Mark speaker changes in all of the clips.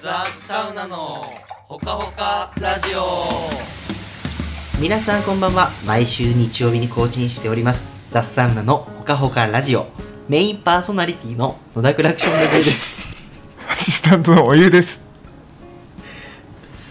Speaker 1: ザ・サウナのほかほかラジオ
Speaker 2: 皆さんこんばんは毎週日曜日に更新しております「ザ・サンナのほかほかラジオ」メインパーソナリティの野田クラクションでございます
Speaker 3: アシスタントのお湯です。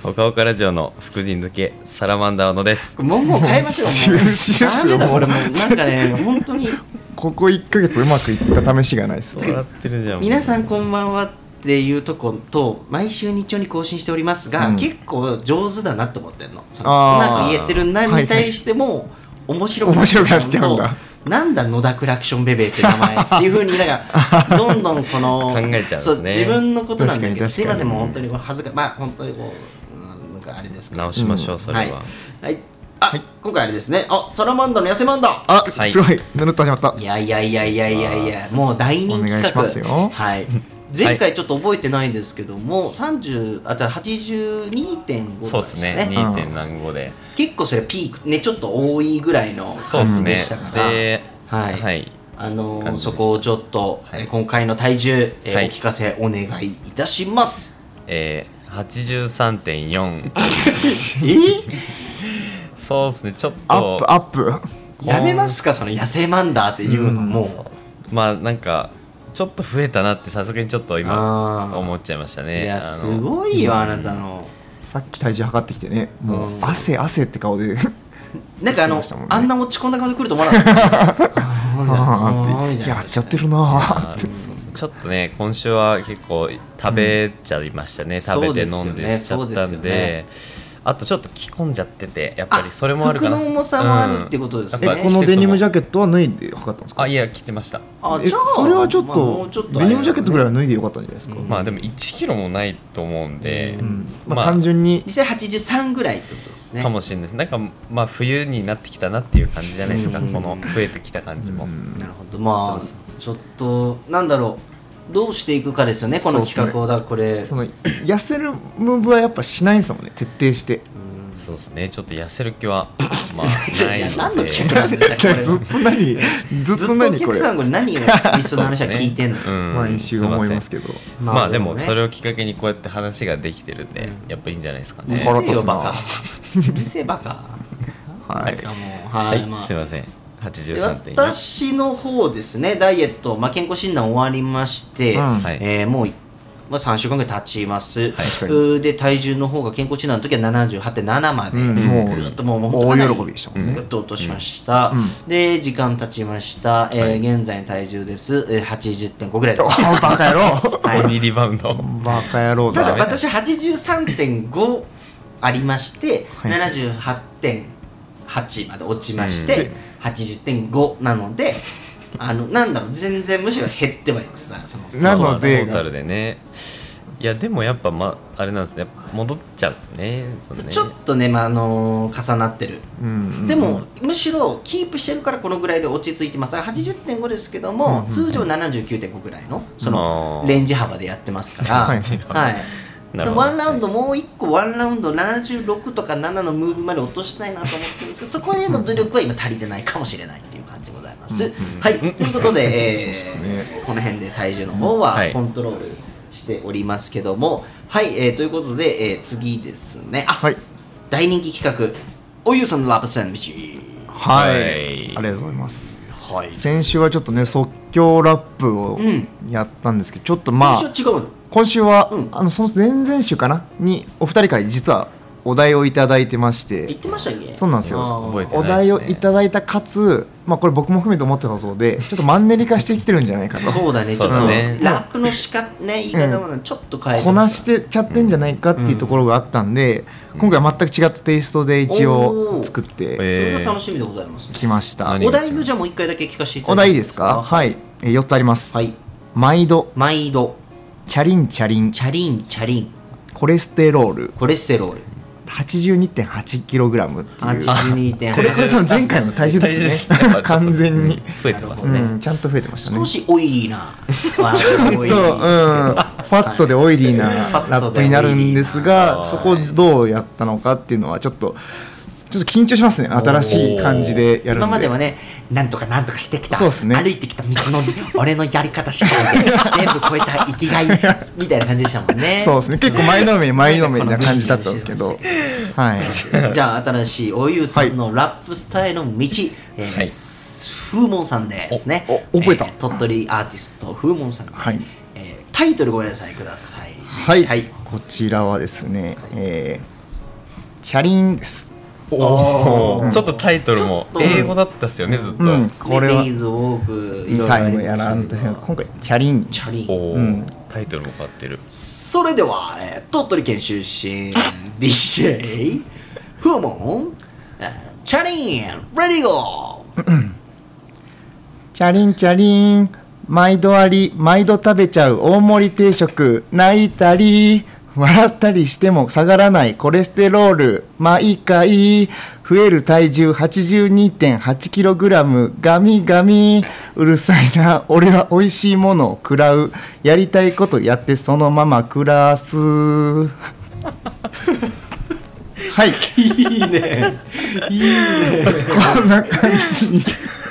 Speaker 4: ほかほかラジオの福神漬けサラマンダーのです
Speaker 2: もうもう変えま しょうも
Speaker 3: 中
Speaker 2: う
Speaker 3: 止ですよ
Speaker 2: ダメだ
Speaker 3: もう
Speaker 2: 俺もうなんか ね本当に
Speaker 3: ここ1ヶ月うまくいった試しがないです。
Speaker 4: 笑ってるじゃん
Speaker 2: 皆
Speaker 4: ん
Speaker 2: さんこんばんはっていうとこと毎週日曜に更新しておりますが、
Speaker 3: うん
Speaker 2: 結構上手だなと思ってるのそのう
Speaker 3: あー
Speaker 2: まく言えてるな
Speaker 3: はいはい
Speaker 2: に対しても面白
Speaker 3: 面白くなっちゃうんだ
Speaker 2: なんだ野田クラクションベベって名前っていうふうにだ からどんどんこの
Speaker 4: 考えちゃうんですね
Speaker 2: そう自分のことなんだ
Speaker 3: 確
Speaker 2: け
Speaker 3: か
Speaker 2: ど
Speaker 3: に
Speaker 2: すいません
Speaker 3: 確かに
Speaker 2: もう本当にこう恥ずかまあ本当にこう、うん、なんかあれですけど
Speaker 4: 直しましょうそれは、
Speaker 2: い、はい、あ、今回あれですねあサラマンダの痩せマンダ
Speaker 3: あ、
Speaker 4: はい
Speaker 3: すごい、ぬるっと始まった
Speaker 2: い。やいやいやいやいやいやもう大人気企画
Speaker 3: お願いしますよ
Speaker 2: はい、前回ちょっと覚えてないんですけども30あじゃあ82.5
Speaker 4: そうですね
Speaker 2: とか
Speaker 4: 2. 点何五で
Speaker 2: 結構それピークねちょっと多いぐらいの
Speaker 4: そう
Speaker 2: 感じ
Speaker 4: で
Speaker 2: でし
Speaker 4: す
Speaker 2: た
Speaker 4: ね
Speaker 2: から、
Speaker 4: で
Speaker 2: はい
Speaker 4: はい
Speaker 2: あのー
Speaker 4: 感じでした
Speaker 2: そこをちょっと、
Speaker 4: はい
Speaker 2: えー今回の体重、えー
Speaker 4: はい
Speaker 2: お聞かせお願いいたします
Speaker 4: えー83.4
Speaker 2: え
Speaker 4: そうですねちょっ
Speaker 3: アッ
Speaker 4: と
Speaker 3: プ、アップ。
Speaker 2: やめますかその野生マンダーっていうのも、
Speaker 4: まあなんかちょっと増えたなってさすがにちょっと
Speaker 2: あ
Speaker 4: 今
Speaker 2: ー
Speaker 4: 思っちゃいましたね
Speaker 2: いや
Speaker 4: あの
Speaker 2: すごいよあなたの。
Speaker 3: さっき体重測ってきてね、も
Speaker 2: う
Speaker 3: う
Speaker 2: ん
Speaker 3: 汗、汗って顔で。
Speaker 2: なんかあの、
Speaker 3: そうでしたもんね
Speaker 2: あんな落ち込んだ顔で来ると思わなかった。あ
Speaker 3: あ
Speaker 2: ー
Speaker 3: ー
Speaker 2: み
Speaker 3: っ
Speaker 2: た
Speaker 3: て
Speaker 2: いな
Speaker 3: やっちゃってるな
Speaker 4: あ
Speaker 3: ーって。
Speaker 4: ーちょっとね今週は結構食べちゃいましたね、
Speaker 2: うん
Speaker 4: 食べて
Speaker 2: そう
Speaker 4: 飲ん
Speaker 2: ですよね
Speaker 4: でしちゃったんで
Speaker 2: そうで
Speaker 4: あとちょっと着込んじゃっててやっぱりそれもあるかな
Speaker 2: 服の重さもあるってことですね
Speaker 4: や
Speaker 2: え
Speaker 4: っぱ
Speaker 2: こ
Speaker 4: 季節も
Speaker 3: ャケットは脱いで測ったんです
Speaker 4: あいや着てました
Speaker 2: あ
Speaker 3: えそれはちょっ
Speaker 2: まあも
Speaker 3: と
Speaker 2: うちょっとあれ
Speaker 3: デニムジャケットぐらいは脱いでよかったんじゃないです
Speaker 2: う
Speaker 3: か
Speaker 2: ん。
Speaker 4: まあでも1キロもないと思うんで、
Speaker 2: う
Speaker 3: うんま
Speaker 4: ま
Speaker 3: あ
Speaker 4: あ
Speaker 3: 単純に
Speaker 2: 実際83ぐらいってことですね
Speaker 4: かもしれないですなんかまあ冬になってきたなっていう感じじゃないですか、
Speaker 2: うん
Speaker 4: この増えてきた感じも、
Speaker 2: なるほどま
Speaker 4: そう
Speaker 2: あちょっとなんだろうどうしていくかですよねこの企画をだからこれ
Speaker 3: その痩せるムーブはやっぱしないんですもんね徹底して
Speaker 4: そうですねちょっと痩せる気 はまあ
Speaker 2: いや
Speaker 4: ないい
Speaker 2: や何
Speaker 4: の
Speaker 2: の
Speaker 4: で
Speaker 2: 企画なんですかこれ
Speaker 3: ずっと何ずっ
Speaker 2: ずっと
Speaker 3: と
Speaker 2: お
Speaker 3: 何こ
Speaker 2: 客
Speaker 3: れ
Speaker 2: さんこれ何をリスナーの人は聞いてんの、
Speaker 4: そうですねうん
Speaker 3: 毎週思います
Speaker 4: け
Speaker 3: けど
Speaker 4: どまあで
Speaker 2: まあでも
Speaker 4: も
Speaker 2: ね
Speaker 4: それをきっかけにこうやって話ができてるんで、やっぱいいんじゃないですか
Speaker 2: うる
Speaker 4: ね、
Speaker 2: せえよ
Speaker 3: 腹
Speaker 2: バカうるせえバカ
Speaker 3: はい
Speaker 2: ですかもう
Speaker 4: は、
Speaker 2: はいい、まあ
Speaker 4: すいません
Speaker 2: で
Speaker 4: 83.4
Speaker 2: 私の方ですねダイエット、まあ、健康診断終わりまして、
Speaker 3: うん
Speaker 4: はい
Speaker 2: えーもう、まあ、3週間ぐらい経ちます、
Speaker 3: 確かに
Speaker 2: うーで体重の方が健康診断の時は78.7まで、
Speaker 3: うんもう
Speaker 2: ぐっともうもう
Speaker 3: 大喜びでしたもんね
Speaker 2: ぐっと落としました、
Speaker 3: う
Speaker 2: で時間経ちました、えー
Speaker 4: はい
Speaker 2: 現在の体重です、えー、80.5ぐらいです
Speaker 3: おバカ野郎
Speaker 4: 鬼、リバウンド
Speaker 3: バカ野郎
Speaker 2: ただ
Speaker 3: だね
Speaker 2: 私83.5ありまして、
Speaker 3: はい
Speaker 2: 78.8まで落ちまし
Speaker 4: うん
Speaker 2: て、
Speaker 4: で
Speaker 2: 80.5なので あのなんだろう全然むしろ減ってはいますなその
Speaker 3: なので
Speaker 4: トータルでねいやでもやっぱまあれなんですね戻っちゃうんですねそのね
Speaker 2: ちょっとね、まああのー重なってる、
Speaker 3: うん
Speaker 2: でもむしろキープしてるからこのぐらいで落ち着いてますあ80.5ですけども、通常79.5ぐらいのその
Speaker 4: あー
Speaker 2: レンジ幅でやってますから、
Speaker 3: はい
Speaker 2: はい
Speaker 4: なるほど
Speaker 2: ワンラウンドもう一個ワンラウンド76とか7のムーブまで落としたいなと思ってるんですけどそこへの努力は今足りてないかもしれないっていう感じでございます。はいということで,、えー
Speaker 3: そうですね
Speaker 2: この辺で体重の方は
Speaker 4: はい
Speaker 2: コントロールしておりますけどもはい、えーということで、えー次ですねあ、
Speaker 3: はい
Speaker 2: 大人気企画「おゆうさんのラブサンドイッチ
Speaker 3: はい
Speaker 4: はい
Speaker 3: ありがとうございます」
Speaker 2: はい
Speaker 3: 先週はちょっとね即興ラップを
Speaker 2: うん
Speaker 3: やったんですけどちょっと
Speaker 2: ま
Speaker 3: ま
Speaker 2: あ
Speaker 3: あ
Speaker 2: 違うの
Speaker 3: 今週は
Speaker 2: うん
Speaker 3: あのその前々週かなにお二人から実はお題をいただいてまして
Speaker 2: 言ってましたっけ
Speaker 3: そうなんですよ
Speaker 2: あー
Speaker 4: 覚えて
Speaker 3: お
Speaker 4: ない
Speaker 3: 題
Speaker 4: ですね
Speaker 3: をいただいたかつ、まあ、これ僕も含めて思ってたそうでちょっとマンネリ化してきてるんじゃないかと
Speaker 2: そうだねちょっ
Speaker 4: そうだ
Speaker 2: と、
Speaker 4: ね
Speaker 2: ラップのしかね言い方もちょっと変えて
Speaker 3: こ
Speaker 2: ま
Speaker 3: な
Speaker 2: す
Speaker 3: してちゃってんじゃないかっていうところがあったんで、今回は全く違ったテイストで一
Speaker 2: お
Speaker 3: 応
Speaker 2: ー
Speaker 3: 作って
Speaker 4: え
Speaker 2: それが楽しみでございます、
Speaker 3: きました、
Speaker 4: 何
Speaker 2: お題をじゃあもう一回だけ聞かせていた
Speaker 3: お
Speaker 2: だ
Speaker 3: 題
Speaker 2: い
Speaker 3: い
Speaker 2: て
Speaker 3: いですかはい、えー、4つあります、
Speaker 2: はい
Speaker 3: 毎度
Speaker 2: 毎度
Speaker 3: チャリンチャリン
Speaker 2: チャリンチャリン
Speaker 3: コレステロール
Speaker 2: コレステロール
Speaker 3: 82.8kg っていう
Speaker 2: 82.8
Speaker 3: これこれ多分前回の体重ですね
Speaker 4: 体重 やっぱちょっと
Speaker 3: 完全に、
Speaker 4: 増えてます
Speaker 3: う
Speaker 4: ね、
Speaker 3: ん、ちゃんと増えてましたね
Speaker 2: 少しオイリーなちょっ
Speaker 3: ちょっと、うん、ファットでオイリーな
Speaker 2: はい
Speaker 3: ラップになるんです
Speaker 2: ファットでオイリーな
Speaker 3: が、
Speaker 4: はい
Speaker 3: そこをどうやったのかっていうのはちょっとちょっと緊張しますね新しい感じでやるんで
Speaker 2: 今まではねなんとかなんとかしてきた
Speaker 3: そうっすね
Speaker 2: 歩いてきた道の 俺のやり方次第で全部超えた生きがいみたいな感じでしたもんね
Speaker 3: そうですね結構前のめり前のめりな感じだったんですけどはい
Speaker 2: じゃあ新しいおゆうさんのラップスタイルの道、えー
Speaker 4: はい
Speaker 2: 風門さんですね
Speaker 3: おお覚えた
Speaker 2: ー鳥取アーティスト風門さんです、
Speaker 3: はい
Speaker 2: えータイトルごめんなさいください
Speaker 3: はい、
Speaker 2: はい
Speaker 3: こちらはですね、えーチャリンです
Speaker 4: おおちょっとタイトルも
Speaker 2: ちょっと
Speaker 4: 英語だったっすよねずっと、
Speaker 3: うんこれ
Speaker 2: レ
Speaker 3: は
Speaker 2: ディーズウォークいろいろあ
Speaker 3: タイ
Speaker 2: り
Speaker 3: ム
Speaker 2: ま
Speaker 3: やらんと
Speaker 2: したけど
Speaker 3: 今回チャリン
Speaker 2: チャリン
Speaker 4: おお、
Speaker 3: うん
Speaker 4: タイトルも変わってる
Speaker 2: それでは、えー鳥取県出身 DJ フーモンえーチャリンレディーゴー
Speaker 3: チャリンチャリン毎度あり毎度食べちゃう大盛り定食泣いたり笑ったりしても下がらないコレステロール毎回増える体重 82.8kg ガミガミうるさいな俺は美味しいものを食らうやりたいことやってそのまま暮 らすはい
Speaker 2: いいねいいね
Speaker 3: こんな感じ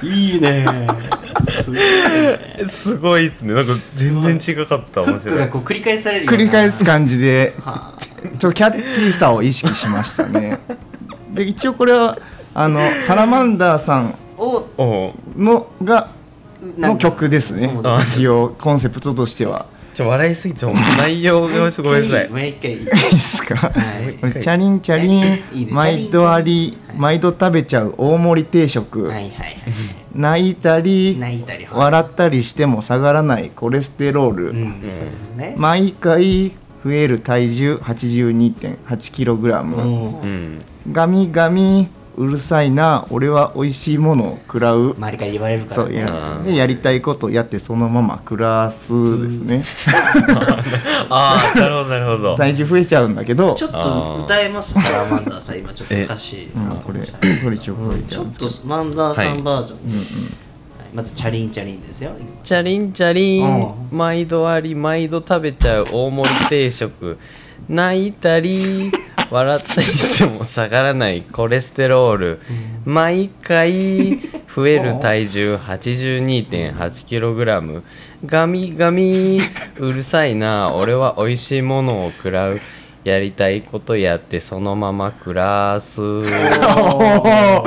Speaker 3: に
Speaker 2: いいねすごいね
Speaker 4: すごいっすねなんか全然違かった
Speaker 2: フ
Speaker 4: 面
Speaker 2: ック
Speaker 4: 白
Speaker 2: が
Speaker 4: い
Speaker 2: こう繰り返されるよう
Speaker 3: 繰
Speaker 2: な
Speaker 3: り返す感じで
Speaker 2: はあ
Speaker 3: ちょっとキャッチーさを意識しましたね。で一応これはあのサラマンダーさん
Speaker 2: を
Speaker 4: おお
Speaker 3: のが
Speaker 2: なん
Speaker 3: の
Speaker 2: か
Speaker 3: 曲ですね
Speaker 2: そう
Speaker 4: だね
Speaker 3: 一応コンセプトとしては。
Speaker 4: ちょ笑いすぎちゃう内容がすごめんな さい
Speaker 2: もう一回もう一
Speaker 3: いいですか
Speaker 2: はい
Speaker 3: これチャリンチャリ
Speaker 2: いいね
Speaker 3: ン毎度あり毎度食べちゃう大盛り定
Speaker 2: 回
Speaker 3: 食、
Speaker 2: はいはいはい
Speaker 3: 泣いたり
Speaker 2: 泣いたりはい
Speaker 3: 笑ったりしても下がらないコレステロール、
Speaker 2: うんそうですね
Speaker 3: 毎回増える体重 82.8kg、
Speaker 2: うん
Speaker 4: うん
Speaker 3: ガミガミうるさいな俺は美味しいものを食らう、
Speaker 2: 周りから言われるから
Speaker 3: そういやでやりたいことやってそのまま暮らすですね
Speaker 4: ああなるほどなる ほど
Speaker 3: 体重増えちゃうんだけど
Speaker 2: ちょっと歌えますサラマンダーさん今ちょっと
Speaker 4: え
Speaker 2: 歌詞
Speaker 3: うんこれこれ一応これ
Speaker 2: ちょっとマンダーさんバージョンで、はいまずチャリンチャリンですよ
Speaker 4: チャリンチャリ
Speaker 2: うん
Speaker 4: ン毎度あり毎度食べちゃう大盛り定食泣い たり笑ったりしても下がらないコレステロール毎回増える体重 82.8kg ガミガミうるさいな俺は美味しいものを食らうやりたいことやってそのまま暮 らす
Speaker 3: おー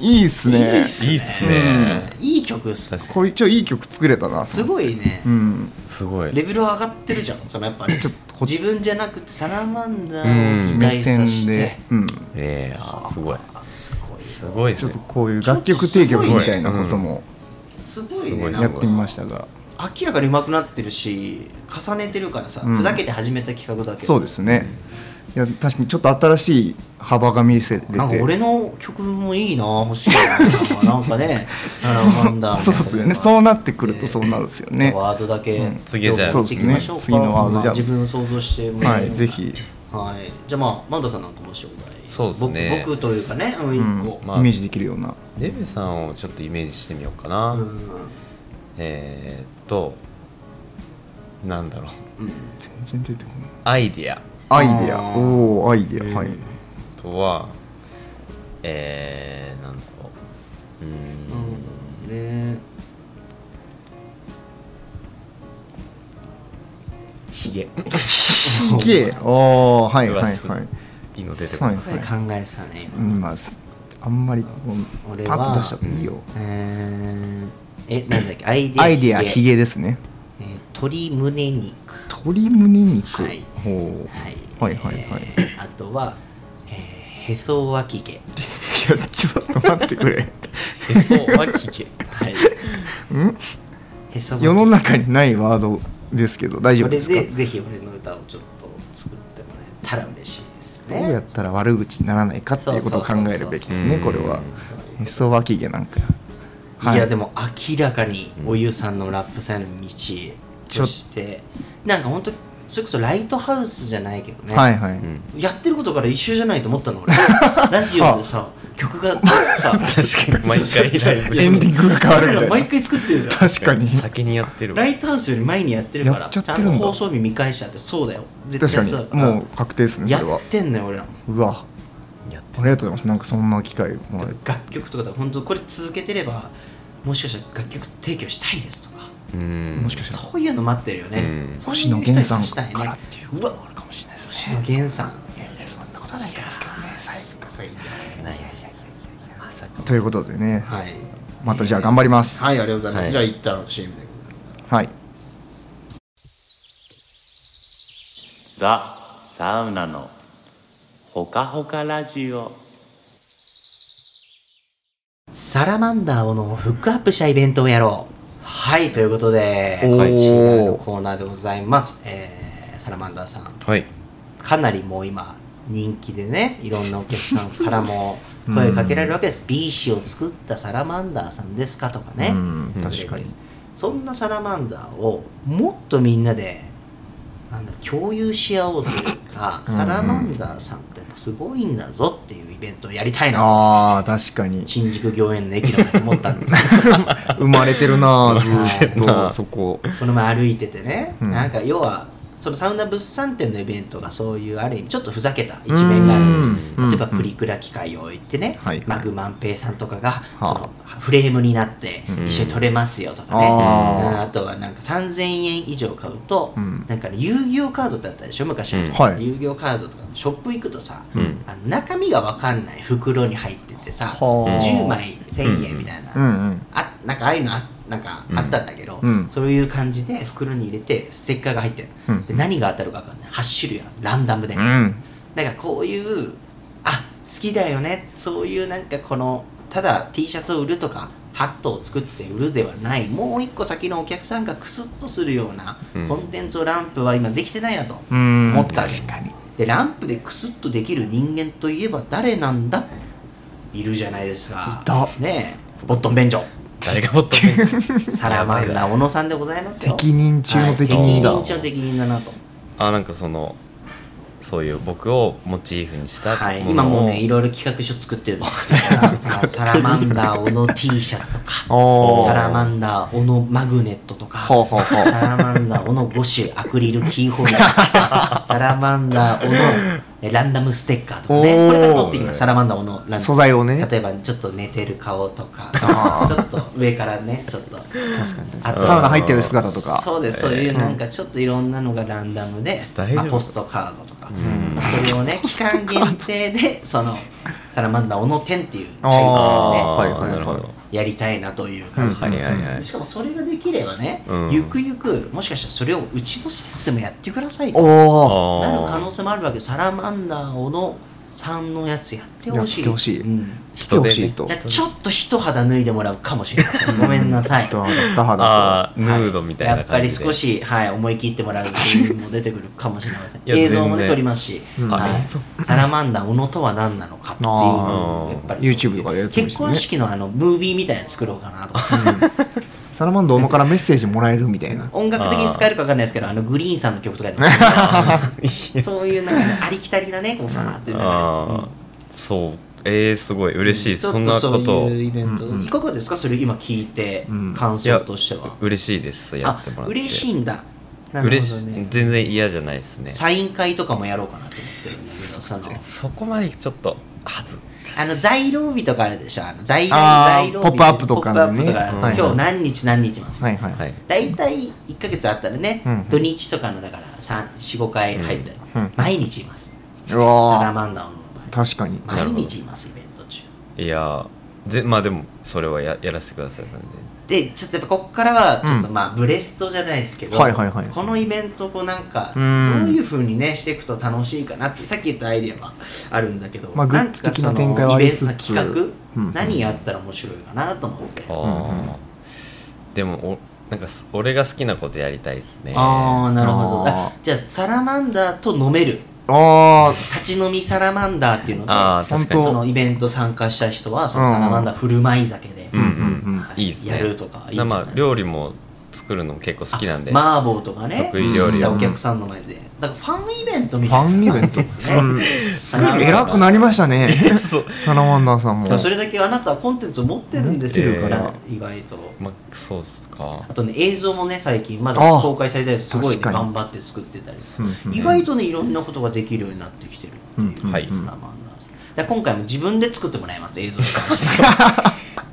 Speaker 3: いいっすね
Speaker 4: いいっすね、
Speaker 2: いい曲っす
Speaker 4: 確か
Speaker 3: これ一応いい曲作れたな
Speaker 2: すごいね、
Speaker 3: うん
Speaker 4: すごい
Speaker 2: レベル上がってるじゃんそのやっぱり
Speaker 3: ちょっと
Speaker 2: 自分じゃなくてサラマンダーを擬
Speaker 3: 目
Speaker 2: 態さ
Speaker 3: 線
Speaker 2: せ
Speaker 3: で
Speaker 2: て、
Speaker 3: うん、
Speaker 4: ええあすごい
Speaker 2: あすごい
Speaker 4: すごいです
Speaker 3: ちょっ
Speaker 4: ね
Speaker 3: とこういう楽曲提供みたいなことも
Speaker 2: すごいね
Speaker 4: すごい
Speaker 2: な
Speaker 3: や
Speaker 2: ん
Speaker 3: っ
Speaker 2: か
Speaker 3: てみましたが
Speaker 2: 明らかに上手くなってるし重ねてるからさ、
Speaker 3: うん
Speaker 2: ふざけて始めた企画だけど
Speaker 3: そうですねいや確かにちょっと新しい幅が見せれて
Speaker 2: なんか俺の曲もいいな欲しいななんか ねサラマンダー
Speaker 3: そうですよねそうなってくる
Speaker 2: ね
Speaker 3: とそうなるんですよね
Speaker 2: ワードだけ、
Speaker 3: うん
Speaker 4: 次じゃあ
Speaker 2: 読んでいきましょうか
Speaker 3: そうですね次のワード
Speaker 2: まあ
Speaker 3: じゃあ
Speaker 2: 自分を想像してもら
Speaker 3: は
Speaker 2: えれ
Speaker 3: い
Speaker 2: ば
Speaker 3: ぜひ
Speaker 2: はいじゃあまあマンダさんなんかもしお題
Speaker 4: そうですね
Speaker 2: 僕僕というかねうん一
Speaker 3: うん
Speaker 2: 個、
Speaker 4: まあ
Speaker 3: イメージできるような
Speaker 4: デブさんをちょっとイメージしてみようかな、
Speaker 2: うんうん
Speaker 4: えー、っとなんだろう
Speaker 3: 全然出てこ
Speaker 4: アイディア
Speaker 3: ないアイデ
Speaker 2: あ
Speaker 3: ア
Speaker 2: ー
Speaker 3: おおアイデアはい
Speaker 2: うん
Speaker 4: あとはえー、なんだろううー
Speaker 2: う
Speaker 4: ん
Speaker 2: んねひげ
Speaker 3: いけおおはいはいう
Speaker 4: わ
Speaker 3: はい
Speaker 4: ちょっと
Speaker 3: はい
Speaker 4: いいの出てこな、
Speaker 3: はい
Speaker 2: 考
Speaker 3: い
Speaker 2: えてたね今、
Speaker 3: うんまあすあんまりこう
Speaker 2: 俺は
Speaker 3: パッと出しちゃっていいよ
Speaker 2: えーえなんだっけアイデア
Speaker 3: アイデア
Speaker 2: ひ
Speaker 3: ヒ
Speaker 2: げ
Speaker 3: ゲですね
Speaker 2: えー鶏胸肉
Speaker 3: 鶏胸肉
Speaker 2: はい
Speaker 3: ほう
Speaker 2: はい、
Speaker 3: はいはいはい
Speaker 2: えーあとは、えーへそ脇毛
Speaker 3: いやちょっと待ってくれ
Speaker 4: へそ脇毛
Speaker 2: はい
Speaker 3: ん
Speaker 2: へそ
Speaker 3: 世の
Speaker 2: 中
Speaker 3: 中にないワードですけど大丈夫ですか
Speaker 2: これでぜひ俺の歌をちょっと作ってもらえたら嬉しいです
Speaker 3: ど
Speaker 2: ね
Speaker 3: うやったら悪口にならないかっていうことを考えるべきですね
Speaker 4: そう
Speaker 3: こ
Speaker 4: そう
Speaker 3: れ
Speaker 4: そうそう
Speaker 3: はへそ脇毛なんか
Speaker 2: い
Speaker 3: は
Speaker 2: や
Speaker 3: い
Speaker 2: でも明らかにおゆうさんのラップさんの道としてなんかほんとそれこそライトハウスじゃないけどね、
Speaker 3: はいはい、
Speaker 4: うん
Speaker 2: やってることから一緒じゃないと思った の俺ラジオでさ曲がさ
Speaker 4: 確かに毎回ライブ
Speaker 3: エンディ
Speaker 4: し
Speaker 3: ングが変わる
Speaker 2: 俺ら
Speaker 3: みたいな
Speaker 2: 毎回作ってるじゃん
Speaker 3: 確かに
Speaker 4: て先にやってるわ
Speaker 2: ライトハウスより前にやってるから
Speaker 3: やっちゃって
Speaker 2: ゃ
Speaker 3: るん
Speaker 2: ん
Speaker 3: だ
Speaker 2: と放送日見返したってそうだよ
Speaker 3: 確かに
Speaker 2: そうだら
Speaker 3: もう確定ですねそれ
Speaker 2: や
Speaker 3: は
Speaker 2: ってんのよ俺らも
Speaker 3: うわ
Speaker 4: やって
Speaker 3: ありがとうございますなんかそんな機会もらえて
Speaker 2: 楽曲とかだ本当これ続けてればもしかしたら楽曲提供したいですとか
Speaker 4: うん
Speaker 3: もしかしたら
Speaker 2: そういうの待ってるよね、
Speaker 4: うん
Speaker 2: そういう
Speaker 3: 星
Speaker 2: 人
Speaker 3: 野
Speaker 2: に刺
Speaker 3: 源さん
Speaker 2: したいね
Speaker 3: からっていう
Speaker 2: うわ
Speaker 3: あるかもしれないですね
Speaker 2: 星野源さん
Speaker 3: いやいやそんなことはないと思いますけどね
Speaker 4: ないまさか
Speaker 3: ということでね
Speaker 2: はい
Speaker 3: またじゃあ頑張ります
Speaker 2: はいありがとうございます、
Speaker 4: はい
Speaker 2: じゃあ一旦 CM でございます
Speaker 3: はい
Speaker 5: ザ・サウナのほかほかラジオ
Speaker 2: サラマンダーをのフックアップしたイベントをやろうはいということで
Speaker 3: おー
Speaker 2: こちらのコーナーでございます、えーサラマンダーさん
Speaker 4: はい
Speaker 2: かなりもう今人気でねいろんなお客さんから も声かけられるわけです、B 氏を作ったサラマンダーさんですかとかね、
Speaker 3: うん
Speaker 4: うん
Speaker 3: 確かに
Speaker 2: そんなサラマンダーをもっとみんなでなんだろう共有し合おうというか
Speaker 3: うん
Speaker 2: サラマンダーさんってすごいんだぞっていうイベントをやりたいな
Speaker 3: あー確かに
Speaker 2: 新宿御苑の駅だなと思ったんですけど
Speaker 3: 生まれてるなあずーっ
Speaker 4: 生まれてるな
Speaker 3: と
Speaker 4: あ
Speaker 3: そこ
Speaker 2: この前歩いててね、
Speaker 3: うん
Speaker 2: なんか要はそのサウナ物産展のイベントがそういうある意味ちょっとふざけた一面があるんです
Speaker 3: うん
Speaker 2: 例えば
Speaker 3: うん
Speaker 2: プリクラ機械を置いてね、
Speaker 3: はいはい
Speaker 2: マグマンペイさんとかが
Speaker 3: あ
Speaker 2: そのフレームになって
Speaker 4: うん
Speaker 2: 一緒に撮れますよとかね、
Speaker 3: あー
Speaker 2: あとはなんか3000円以上買うと、
Speaker 3: うん
Speaker 2: なんか遊戯王カードってあったでしょ昔、
Speaker 4: うん
Speaker 3: はい
Speaker 2: 遊戯王カードとかショップ行くとさ、
Speaker 4: うん
Speaker 2: あの中身が分かんない袋に入っててさ
Speaker 3: はあ
Speaker 2: 10枚1000円みたいな、
Speaker 3: うんうん
Speaker 2: あなんかああいうのあなんかあったんだけど、
Speaker 3: うん
Speaker 2: そういう感じで袋に入れてステッカーが入ってる、
Speaker 3: うん
Speaker 2: で何が当たるか分かんない8種類あるランダムで、
Speaker 3: うん
Speaker 2: なんかこういうあ好きだよねそういうなんかこのただ T シャツを売るとかハットを作って売るではないもう一個先のお客さんがクスッとするような
Speaker 4: うん
Speaker 2: コンテンツをランプは今できてないなと
Speaker 3: うん
Speaker 2: 思ったんです、でランプでクスッとできる人間といえば誰なんだいるじゃないですか
Speaker 3: いた
Speaker 2: ねえボットン便所
Speaker 4: 誰がボットメン
Speaker 2: サラマンダー小野さんでございますよ
Speaker 3: 適任中の適任だ
Speaker 2: はい適任中の適任だなと
Speaker 4: あなんかそのそういう僕をモチーフにしたものを、
Speaker 2: はい、今もうねいろいろ企画書作ってるんですよ サラマンダー小野 T シャツと
Speaker 3: お
Speaker 2: か
Speaker 4: ー
Speaker 2: サラマンダー小野マグネットとか
Speaker 3: ほうほうほう
Speaker 2: サラマンダー小野ゴシュアクリルキーホルダーと かサラマンダー小野えランダムステッカーとかね
Speaker 3: おー
Speaker 2: これから撮っていきますサラマンダー小野ランダム
Speaker 3: 素材をね
Speaker 2: 例えばちょっと寝てる顔と か
Speaker 3: あ
Speaker 2: ちょっと上からねちょっと
Speaker 3: 確かに
Speaker 2: あと
Speaker 3: サウナ入ってる姿とか
Speaker 2: そうですそういうなんかちょっといろんなのがランダムで、
Speaker 4: 大丈夫
Speaker 2: まあ、ポストカードとか、それをね期間限定でそのサラマンダー小野店っていうタイトル
Speaker 4: あ
Speaker 3: あ
Speaker 4: あ、
Speaker 3: ー
Speaker 2: を
Speaker 3: は
Speaker 2: ね
Speaker 3: いはいはい
Speaker 4: なるほど
Speaker 2: やりたいなという感じで、
Speaker 4: うんはいはいはい
Speaker 2: しかもそれができればね、
Speaker 4: うん
Speaker 2: ゆくゆくもしかしたらそれをうちの施設でもやってくださいと
Speaker 3: おお
Speaker 2: なる
Speaker 4: あ
Speaker 2: 可能性もあるわけサラマンダー小野さんのやつやってほしい
Speaker 3: やってほしい
Speaker 2: うん
Speaker 3: 来てほしいと
Speaker 2: いやちょっと一肌脱いでもらうかもしれませんごめんなさい
Speaker 3: 一肌二肌
Speaker 4: あーヌードみたいな感じで、
Speaker 2: やっぱり少し、はい、思い切ってもらうシーンも出てくるかもしれません
Speaker 4: いや
Speaker 2: 映像もね
Speaker 4: 全然
Speaker 2: 撮りますし、
Speaker 3: うん
Speaker 2: は
Speaker 4: あ
Speaker 2: い
Speaker 4: 映像
Speaker 2: サラマンダー小野とは何なのかっていう
Speaker 3: あ
Speaker 4: ー
Speaker 2: やっぱりそう
Speaker 3: YouTube とかでやるといいで
Speaker 2: 結
Speaker 3: すね
Speaker 2: 婚式のあのムービーみたいなの作ろうかなとか
Speaker 3: サラマンドおまからメッセージもらえるみたいな
Speaker 2: 音楽的に使えるか分かんないですけどあのグリーンさんの曲とかにも使えるかなそういうなんかねありきたりなねこうファーって流れて
Speaker 4: あーそうえー、すごい嬉しいです、
Speaker 2: ち
Speaker 4: そ
Speaker 2: ょっ
Speaker 4: ん
Speaker 2: と
Speaker 4: な
Speaker 2: そ
Speaker 4: こ
Speaker 2: う
Speaker 4: と
Speaker 2: いうイベント、
Speaker 3: うんう
Speaker 2: い
Speaker 3: ん
Speaker 2: かがですかそれ今聞いて
Speaker 3: うん
Speaker 2: 感想としては、
Speaker 4: 嬉しいですや
Speaker 2: あ
Speaker 4: ってもらって
Speaker 2: 嬉しい
Speaker 4: い
Speaker 2: んだなる
Speaker 4: 嬉
Speaker 2: ほ
Speaker 4: し
Speaker 2: どね
Speaker 4: 全然嫌じゃないですね
Speaker 2: サイン会とかもやろうかなと思ってるんだけどその
Speaker 4: そこまでちょっとはず
Speaker 2: あの在廊日とかあるでしょあの在
Speaker 3: あー
Speaker 2: 在廊日
Speaker 3: ポップアップとかでね
Speaker 2: ポップアップとか
Speaker 4: うん
Speaker 2: 今日何日何日います
Speaker 3: はいはい、
Speaker 4: はい
Speaker 2: 大体1か月あったらね、
Speaker 3: うん
Speaker 2: 土日とかのだから45回入ったり、
Speaker 3: うんうん
Speaker 2: 毎日います、
Speaker 3: う
Speaker 2: サラ
Speaker 3: わ
Speaker 2: マンダーの場合
Speaker 3: ー確かに
Speaker 4: な
Speaker 2: 毎
Speaker 4: るほど
Speaker 2: 日いますイベント中
Speaker 4: いやーぜまあでもそれはややらせてくださいなんで
Speaker 2: でちょっとやっぱここからはちょっと
Speaker 3: うん
Speaker 2: まあブレストじゃないですけど、
Speaker 3: はいはいはい
Speaker 2: このイベントをこうなんかど
Speaker 3: う
Speaker 2: うんいうふうにねしていくと楽しいかなってさっき言ったアイデアはあるんだけど、
Speaker 3: まあグッズ的な展開はあ
Speaker 2: なん
Speaker 3: り
Speaker 2: か
Speaker 3: つつ
Speaker 2: そのイベントの企画、
Speaker 3: うん
Speaker 2: 何やったら面白いかなと思って
Speaker 4: あ、
Speaker 3: うんうん
Speaker 4: あーでもおなんかす俺が好きなことやりたいですね
Speaker 2: ああなるほど
Speaker 3: あー
Speaker 2: あじゃあサラマンダーと飲める
Speaker 3: あ
Speaker 2: 立ち飲みサラマンダーっていうの
Speaker 4: あ
Speaker 2: と
Speaker 4: ー確かに
Speaker 2: そのイベント参加した人はその
Speaker 3: うん
Speaker 2: サラマンダー振る舞い酒で、
Speaker 4: うんうん
Speaker 3: うん
Speaker 4: いいですね
Speaker 2: やるとかいいんじ
Speaker 4: だ
Speaker 2: ゃ
Speaker 4: か
Speaker 2: な
Speaker 4: ら
Speaker 2: い
Speaker 4: まあ料理も作るのも結構好きなんで、
Speaker 2: 麻婆とかね
Speaker 4: 得意料
Speaker 3: 理
Speaker 2: お客さんの前でだからファンイベントみ
Speaker 3: フ
Speaker 2: たい
Speaker 3: ァ
Speaker 2: な
Speaker 3: ンイベン
Speaker 2: 感じ
Speaker 3: ト
Speaker 2: ですね
Speaker 3: すごい偉くなりましたね
Speaker 4: そう
Speaker 3: サラマンダーさんも
Speaker 2: でもそれだけあなたはコンテンツを持ってるんですよ
Speaker 4: 持ってるから
Speaker 2: 意外と
Speaker 4: まあそうっすか
Speaker 2: あとね映像もね最近まだ
Speaker 3: あー
Speaker 2: 公開されたりすごいね、
Speaker 3: 確かに
Speaker 2: 頑張って作ってたり
Speaker 3: うんうん
Speaker 2: 意外とねいろんなことができるようになってきてるっていう、
Speaker 3: うんうん
Speaker 4: はい
Speaker 2: サラマンダーさんだから今回も自分で作ってもらいます映像に関 して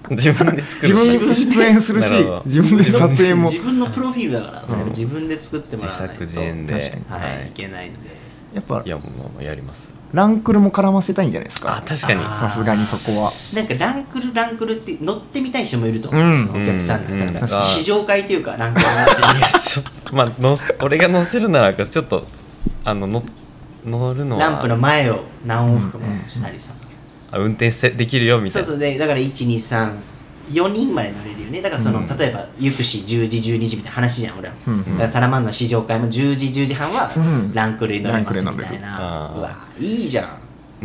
Speaker 4: 自分で作
Speaker 3: 自
Speaker 4: るし
Speaker 3: 分出演するし
Speaker 4: なほど
Speaker 3: 自分で撮影も
Speaker 2: 自分のプロフィールだからそれは自分で作っても
Speaker 4: 自
Speaker 2: らわないと
Speaker 4: 作自演で
Speaker 3: 確かに
Speaker 2: はい、い、けないので
Speaker 3: やっぱ
Speaker 4: いやもうまあまあやります
Speaker 3: ランクルも絡ませたいんじゃないですか
Speaker 4: あ確かに
Speaker 2: あ
Speaker 3: さすがにそこは
Speaker 2: なんかランクルランクルって乗ってみたい人もいると思
Speaker 3: う
Speaker 2: うんんですよ、お客さんの、
Speaker 4: うん
Speaker 2: だか
Speaker 4: う
Speaker 2: ら
Speaker 4: ん
Speaker 2: 試乗会というかランクル乗ってみたい
Speaker 4: いやちょっとまあのす俺が乗せるならちょっとあのの乗るのは
Speaker 2: ランプの前を何往復もしたりさ、
Speaker 4: あ運転してできるよみた
Speaker 2: そ
Speaker 4: いうな
Speaker 2: そうでだから1234人まで乗れるよねだからその、
Speaker 4: うん
Speaker 2: 例えばゆくし10時12時みたいな話じゃん俺らも、
Speaker 3: うんうん
Speaker 2: だからサラマンの試乗会も10時10時半は
Speaker 3: うん
Speaker 2: ランクルに乗れます
Speaker 3: ラン
Speaker 2: み
Speaker 3: クル
Speaker 2: た
Speaker 3: 乗れ
Speaker 2: い
Speaker 3: る
Speaker 2: な、
Speaker 4: あ
Speaker 2: う
Speaker 4: ー
Speaker 2: わいいじゃん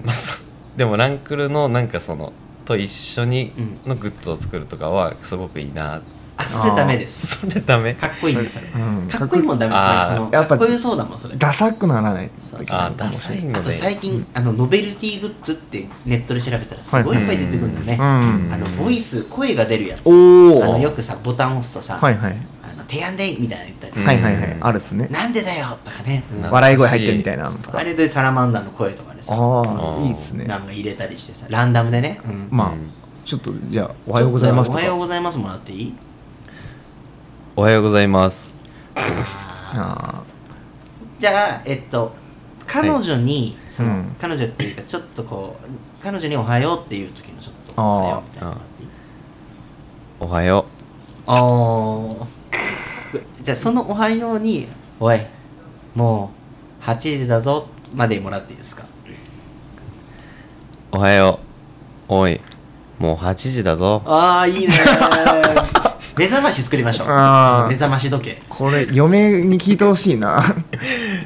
Speaker 4: まあ、そうでもランクルのなんかそのと一緒に
Speaker 2: う
Speaker 4: のグッズを作るとかはすごくいいな、
Speaker 2: あそれダメです
Speaker 4: それダメ
Speaker 2: かっこいいんですよ、
Speaker 3: うん
Speaker 2: かっこいいもんダメです
Speaker 4: あー
Speaker 2: その
Speaker 3: や
Speaker 2: か
Speaker 3: っぱ
Speaker 2: っこよそうだもんそれ
Speaker 3: ダサくならない
Speaker 2: そうそう
Speaker 4: あダサいので
Speaker 2: あと最近、あのノベルティグッズってネットで調べたらすごいいっぱい出てくるのね、
Speaker 3: うん
Speaker 2: あのボイス声が出るやつ
Speaker 3: お
Speaker 2: あ
Speaker 3: お
Speaker 2: の
Speaker 3: はい
Speaker 2: よくさボタン押すとさ「
Speaker 3: はいはい
Speaker 2: あの提案でいい」みたいなの言ったり、
Speaker 4: うん
Speaker 3: はいはいあるっすね
Speaker 2: なんでだよとかね、
Speaker 4: うん
Speaker 3: 笑い声入ってるみたいなのとか
Speaker 2: あれでサラマンダーの声とかでさ、
Speaker 3: ああ
Speaker 4: うん
Speaker 3: いいっすね
Speaker 2: なんか入れたりしてさ、ランダムでね。うん
Speaker 3: まあ
Speaker 4: うん
Speaker 3: ちょっとじゃあおはようございます
Speaker 2: ち
Speaker 3: と
Speaker 2: ょっとおはよう
Speaker 3: か
Speaker 2: ございますもらっていい
Speaker 4: おはようございます
Speaker 3: あ
Speaker 2: じゃあ、えっと、彼女に、その、
Speaker 3: うん
Speaker 2: 彼女っていうか、ちょっとこう、彼女におはようっていう時のちょっと、
Speaker 3: あー
Speaker 2: おはようみたいなのもらっていい
Speaker 4: おはよ
Speaker 2: あーじゃあ、そのおはように、おい、もう、8時だぞまでもらっていいですか
Speaker 4: うおはようおいもう8時だぞ
Speaker 2: ああ、いいね 目覚まし作りましょう。
Speaker 3: あー
Speaker 2: 目覚まし時計。
Speaker 3: これ嫁に聞いてほしいな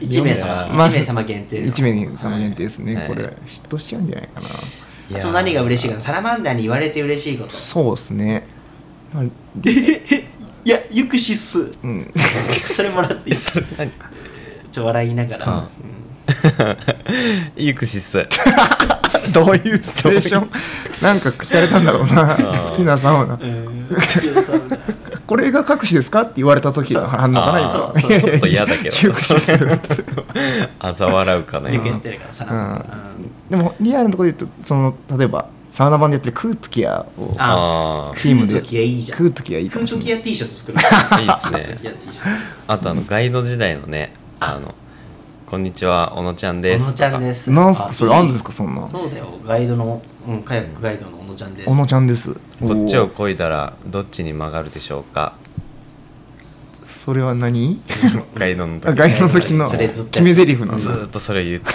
Speaker 2: 一名様、
Speaker 3: まあ
Speaker 2: 一名様限定の。
Speaker 3: 一名様限定です
Speaker 4: は
Speaker 3: ね
Speaker 4: い
Speaker 3: これ嫉妬しちゃうんじゃないかない
Speaker 2: あ
Speaker 4: やー
Speaker 2: と何が嬉しいか、サラマンダーに言われて嬉しいこと。
Speaker 3: そうっすねまあ
Speaker 2: いや、ゆくしっす。
Speaker 3: うん
Speaker 2: それもらっていいちょっ
Speaker 4: 何
Speaker 2: と笑いなが
Speaker 4: う
Speaker 2: ら
Speaker 4: ん。 ゆくしっす
Speaker 3: どういうステーションなんか聞かれたんだろう な
Speaker 4: ー
Speaker 3: 好きなサウナ
Speaker 2: うんうんそうだ
Speaker 3: これが隠しですかって言われた時の反応かな
Speaker 2: そ
Speaker 3: 今
Speaker 2: うそう
Speaker 4: ちょっと嫌だ けど
Speaker 3: よく知ってる
Speaker 4: あざ笑うかな
Speaker 2: よくや
Speaker 4: 今
Speaker 2: ってるから
Speaker 3: う
Speaker 2: さ。うん
Speaker 3: でもリアルなところで言うとその例えばサウナ版でやってるクートキアを
Speaker 2: あ
Speaker 4: あ
Speaker 3: チーム
Speaker 2: 食
Speaker 3: で
Speaker 2: う時はいいじゃん
Speaker 3: クートキアいいか
Speaker 2: ク
Speaker 3: も
Speaker 2: ー
Speaker 3: し
Speaker 2: ト
Speaker 3: れな
Speaker 2: キ
Speaker 3: い
Speaker 2: ア T シャツ作 る。
Speaker 4: あいいっす
Speaker 2: クートキ
Speaker 4: ね
Speaker 2: ア T シャツ。
Speaker 4: あとあのガイド時代のねあのこんにちは小野ちゃんです
Speaker 2: 小野ちゃんですす。
Speaker 3: なんすかそれあるんです
Speaker 2: か
Speaker 3: かそんな
Speaker 2: そうだよ、ガイドの、うん、カヤックガイドの小野ちゃんです
Speaker 3: 小。野ちゃんです
Speaker 4: こっち
Speaker 3: お
Speaker 4: を
Speaker 3: ー
Speaker 4: こいだらどっちに曲がるでしょうか
Speaker 3: それは何
Speaker 4: ガイドの時
Speaker 3: あ外の時の
Speaker 2: それずっと
Speaker 3: 決め台詞なん
Speaker 4: ずー
Speaker 3: だ
Speaker 4: っとそれ言って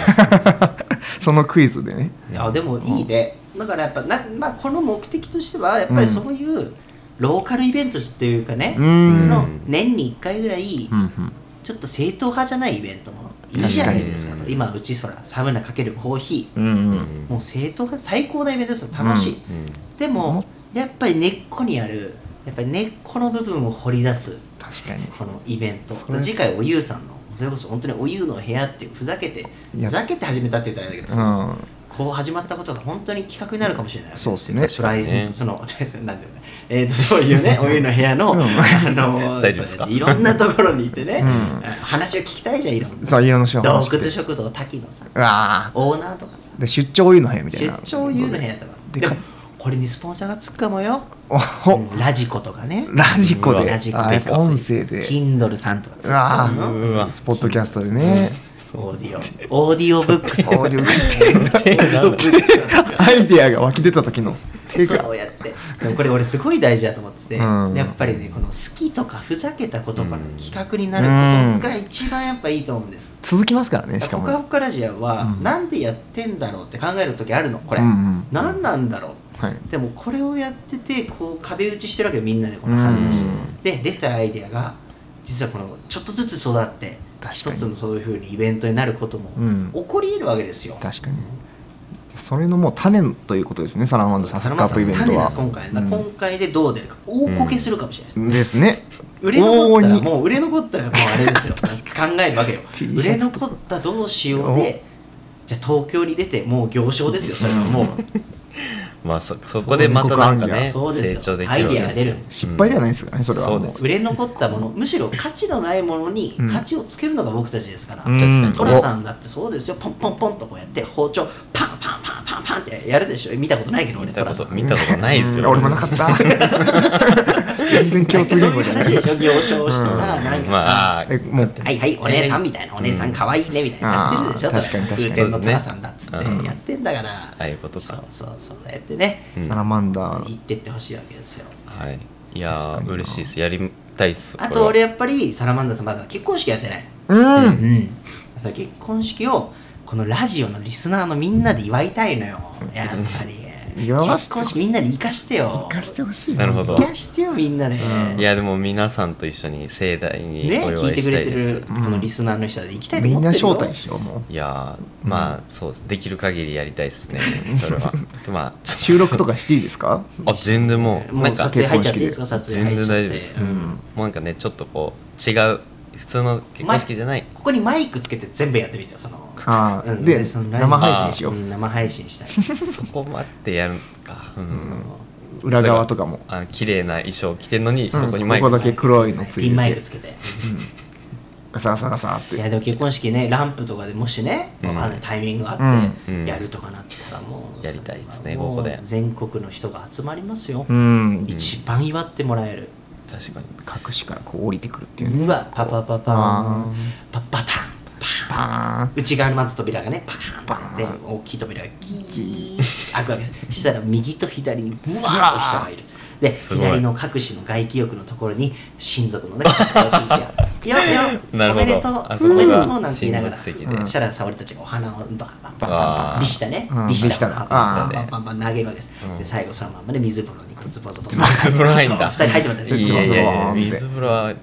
Speaker 3: そのクイズでね
Speaker 2: あでもいいね、だからやっぱな、まあ、この目的としてはやっぱりそういうローカルイベントっていうかね、
Speaker 3: うーん
Speaker 2: その年に1回ぐらい
Speaker 3: うんうん
Speaker 2: ちょっと正統派じゃないイベントもいいじゃないですかと今うちそらサウナかけるコーヒ
Speaker 3: うんう
Speaker 4: うん
Speaker 2: ーもう正統派最高なイベントですよ楽しい、
Speaker 4: うん
Speaker 2: でもやっぱり根っこにあるやっぱり根っこの部分を掘り出す
Speaker 3: 確かに
Speaker 2: このイベント
Speaker 3: それ
Speaker 2: 次回おゆうさんのそれこそ本当におゆうの部屋っていうふざけて
Speaker 3: いや
Speaker 2: ふざけて始めたって言ったらあれだけど、
Speaker 3: うん
Speaker 2: こう始まったことが本当に企画になるかもしれない
Speaker 3: そうっすね
Speaker 2: プライ
Speaker 4: ね
Speaker 2: その なんでえー、とそういう ねお湯の部屋の、
Speaker 3: うん
Speaker 2: あの
Speaker 4: 大丈夫ですか
Speaker 2: そうねいろんなところに行ってね、
Speaker 3: うん
Speaker 2: 話を聞きたいじゃんいろんな
Speaker 3: そういろんな人の
Speaker 2: 洞
Speaker 3: 話聞い
Speaker 2: 窟
Speaker 3: て
Speaker 2: 食堂滝のさ
Speaker 3: あ
Speaker 2: オーナーとかさ
Speaker 3: あで出張お湯の部屋みたい
Speaker 2: 出
Speaker 3: な
Speaker 2: 張お湯の部屋とか
Speaker 3: で
Speaker 2: でもこれにスポンサーがつくかもよ、
Speaker 3: おほ
Speaker 2: うんラジコとかね
Speaker 3: ラジコで
Speaker 2: ラジコ
Speaker 3: あやっぱ音声で
Speaker 2: Kindle さんとかつく
Speaker 3: う
Speaker 2: か
Speaker 3: わ
Speaker 2: もよ
Speaker 4: うわ
Speaker 3: ーポッドキャストでね
Speaker 2: オーディオオーディオブックス
Speaker 3: オーディオブッ クアイデアが湧き出た時の手が
Speaker 2: そうやってでもこれ俺すごい大事だと思ってて、
Speaker 3: うん
Speaker 2: でやっぱりねこの好きとかふざけたことから企画になることが一番やっぱいいと思うんです、
Speaker 3: 続きますからね
Speaker 2: だ
Speaker 3: し
Speaker 2: か
Speaker 3: からも
Speaker 2: ほかほかラジオは、
Speaker 3: うん
Speaker 2: なんでやってんだろうって考える時あるのこれ、
Speaker 3: うんうん
Speaker 2: 何なんだろう
Speaker 3: はい
Speaker 2: でもこれをやっててこう壁打ちしてるわけよみんなでこの話
Speaker 3: うん
Speaker 2: で出たアイデアが実はこのちょっとずつ育って
Speaker 3: 確か
Speaker 2: 一
Speaker 3: に
Speaker 2: つのそういうふうにイベントになることも
Speaker 3: うん
Speaker 2: 起こり得るわけですよ、
Speaker 3: 確かにそれのもう種ということですねサラマンダーサッカーアップイベント
Speaker 2: 種なんで
Speaker 3: は
Speaker 2: す今回、だから今回でどう出るか大こけするかもしれないです、
Speaker 3: うんですね
Speaker 2: 売れ残った
Speaker 3: 往
Speaker 2: ら
Speaker 3: 々に
Speaker 2: もう売れ残ったらもうあれ ですよ考えるわけよ
Speaker 3: T
Speaker 2: 売
Speaker 3: シ
Speaker 2: れ
Speaker 3: ャツ
Speaker 2: 残ったどうしようでじゃあ東京に出てもう行商ですよそれはもう
Speaker 4: まあそそこでまたなんかね
Speaker 2: そうです
Speaker 4: 成
Speaker 2: よ
Speaker 4: 長できるわけ
Speaker 2: アイデアが出る
Speaker 3: 失敗ではない
Speaker 4: い
Speaker 3: ですからねそれはも
Speaker 4: そうで
Speaker 2: 売れ残ったものむしろ価値のないものに価値をつけるのが僕たちですから、
Speaker 3: うん
Speaker 4: 確かに
Speaker 2: トラさんだってそうですよポンポンポンとこうやって包丁パンパンパンパンパパンってやるでしょ見たことないけど俺
Speaker 4: 見たこと
Speaker 2: トラ
Speaker 4: 見たことないです
Speaker 3: うん
Speaker 4: よ
Speaker 3: 俺もなかった全然共通
Speaker 2: そう
Speaker 3: 言
Speaker 2: いう
Speaker 3: 語じゃ
Speaker 2: 感
Speaker 3: な
Speaker 2: じ
Speaker 3: い
Speaker 2: でしょ行商してさ、なんか、
Speaker 4: まあ
Speaker 3: えもう
Speaker 2: はいはいお姉さんみたいな、お姉さん可愛いねみたいなやってるでしょ
Speaker 3: あー確かに確かに
Speaker 2: 偶然のトラさんだっつって
Speaker 4: そうですね
Speaker 2: やってんだから、あ
Speaker 4: ああいうことか
Speaker 2: そうそうそうやってね、
Speaker 4: うん
Speaker 3: サラマンダ
Speaker 2: 言
Speaker 3: ー
Speaker 2: ってってほしいわけですよ
Speaker 4: はいいや
Speaker 3: 確かに
Speaker 4: ー
Speaker 3: な
Speaker 4: 嬉しいですやりたいっす
Speaker 2: あ
Speaker 4: これ
Speaker 2: と
Speaker 4: は
Speaker 2: 俺やっぱりサラマンダーさんまだ結婚式やってない
Speaker 3: うん
Speaker 2: うんだから結婚式をこのラジオのリスナーのみんなで祝いたいのよやっぱり
Speaker 3: 祝わ
Speaker 2: 結
Speaker 3: せてほ
Speaker 2: 婚
Speaker 3: しい
Speaker 2: 式みんなで生かしてよ
Speaker 3: 行かしてほしい
Speaker 4: なるほど
Speaker 2: 生かしてよみんなで、
Speaker 3: うん
Speaker 4: いやでも皆さんと一緒に盛大に
Speaker 2: ね
Speaker 4: お祝
Speaker 2: 聞い
Speaker 4: い
Speaker 2: て
Speaker 4: し
Speaker 2: く
Speaker 4: た
Speaker 2: れて
Speaker 4: いです、
Speaker 2: るこのリスナーの人は行きたいと
Speaker 3: み
Speaker 2: 思
Speaker 3: ん
Speaker 2: って
Speaker 3: な
Speaker 2: るよ
Speaker 3: 招待しようも
Speaker 4: いやーまあそうですできる限りやりたいです ねそれはまあ
Speaker 3: う収録と
Speaker 4: か
Speaker 3: かしていいですか
Speaker 4: あ全然も う
Speaker 2: も
Speaker 4: な
Speaker 2: うん
Speaker 4: か
Speaker 2: 撮影入っちゃっていいですか撮影
Speaker 4: 全
Speaker 2: 入っちゃ
Speaker 4: 然
Speaker 2: って
Speaker 4: 大丈夫です、
Speaker 2: うん
Speaker 4: もうなんかねちょっとこう違う普通の結婚式じゃない
Speaker 2: ここにマイクつけて全部やってみてよその
Speaker 3: あ
Speaker 2: うん
Speaker 3: ーで
Speaker 2: そのラジオ
Speaker 3: 生配信しよ
Speaker 2: う
Speaker 3: うん
Speaker 2: 生配信したい
Speaker 4: そこまでやるか、うん
Speaker 3: 裏側とかも
Speaker 4: あ綺麗な衣装着てんのにそ
Speaker 3: うん
Speaker 4: こにマイク
Speaker 3: ここだけ黒いのついて
Speaker 2: ピンマイクつけて
Speaker 3: ガサガサガサっ
Speaker 2: い
Speaker 3: て
Speaker 2: やでも結婚式ねランプとかでもしね、
Speaker 4: うん
Speaker 2: わかんないタイミングがあっ
Speaker 4: うん
Speaker 2: てやるとかなってたらもう、
Speaker 4: やりたいですね
Speaker 2: もう
Speaker 4: ここで
Speaker 2: 全国の人が集まりますよ、
Speaker 3: うん
Speaker 2: 一番祝ってもらえる
Speaker 4: 確かに
Speaker 3: 隠しからこう降りてくるっていうね
Speaker 2: うわパパパパ
Speaker 3: あー
Speaker 2: パパタンパン
Speaker 3: バ
Speaker 2: 内側のまず扉がねパカン
Speaker 3: バ
Speaker 2: で
Speaker 3: ーン
Speaker 2: 大きい扉がギー開くわけですしたら右と左にブワーッと人がいるです
Speaker 4: ごい
Speaker 2: 左の各種の外気浴のところに親族のねいやいや
Speaker 4: なる
Speaker 2: お
Speaker 4: ほど
Speaker 2: めでとう
Speaker 4: あ
Speaker 2: お
Speaker 4: そこが
Speaker 2: めでとうなんて言いながら
Speaker 4: 親族席
Speaker 3: で
Speaker 2: そしたら沙織たちがお花をバンバンバンバン
Speaker 4: わ
Speaker 2: バ
Speaker 4: ー
Speaker 2: ンリヒタね
Speaker 3: うん
Speaker 2: リヒタ
Speaker 3: リヒタ
Speaker 2: が
Speaker 3: が
Speaker 2: バン
Speaker 4: あ
Speaker 2: バ
Speaker 4: ー
Speaker 2: ンバンバンバン投げるわけです
Speaker 4: うん
Speaker 2: で最後そのままで水風呂にこうズボズボズボ
Speaker 4: 水風呂入んだ
Speaker 2: そう二人入ってもらっ
Speaker 4: い
Speaker 2: たんで
Speaker 4: やい
Speaker 2: す
Speaker 4: やい
Speaker 3: そ
Speaker 4: や
Speaker 3: うそう
Speaker 4: 水風呂は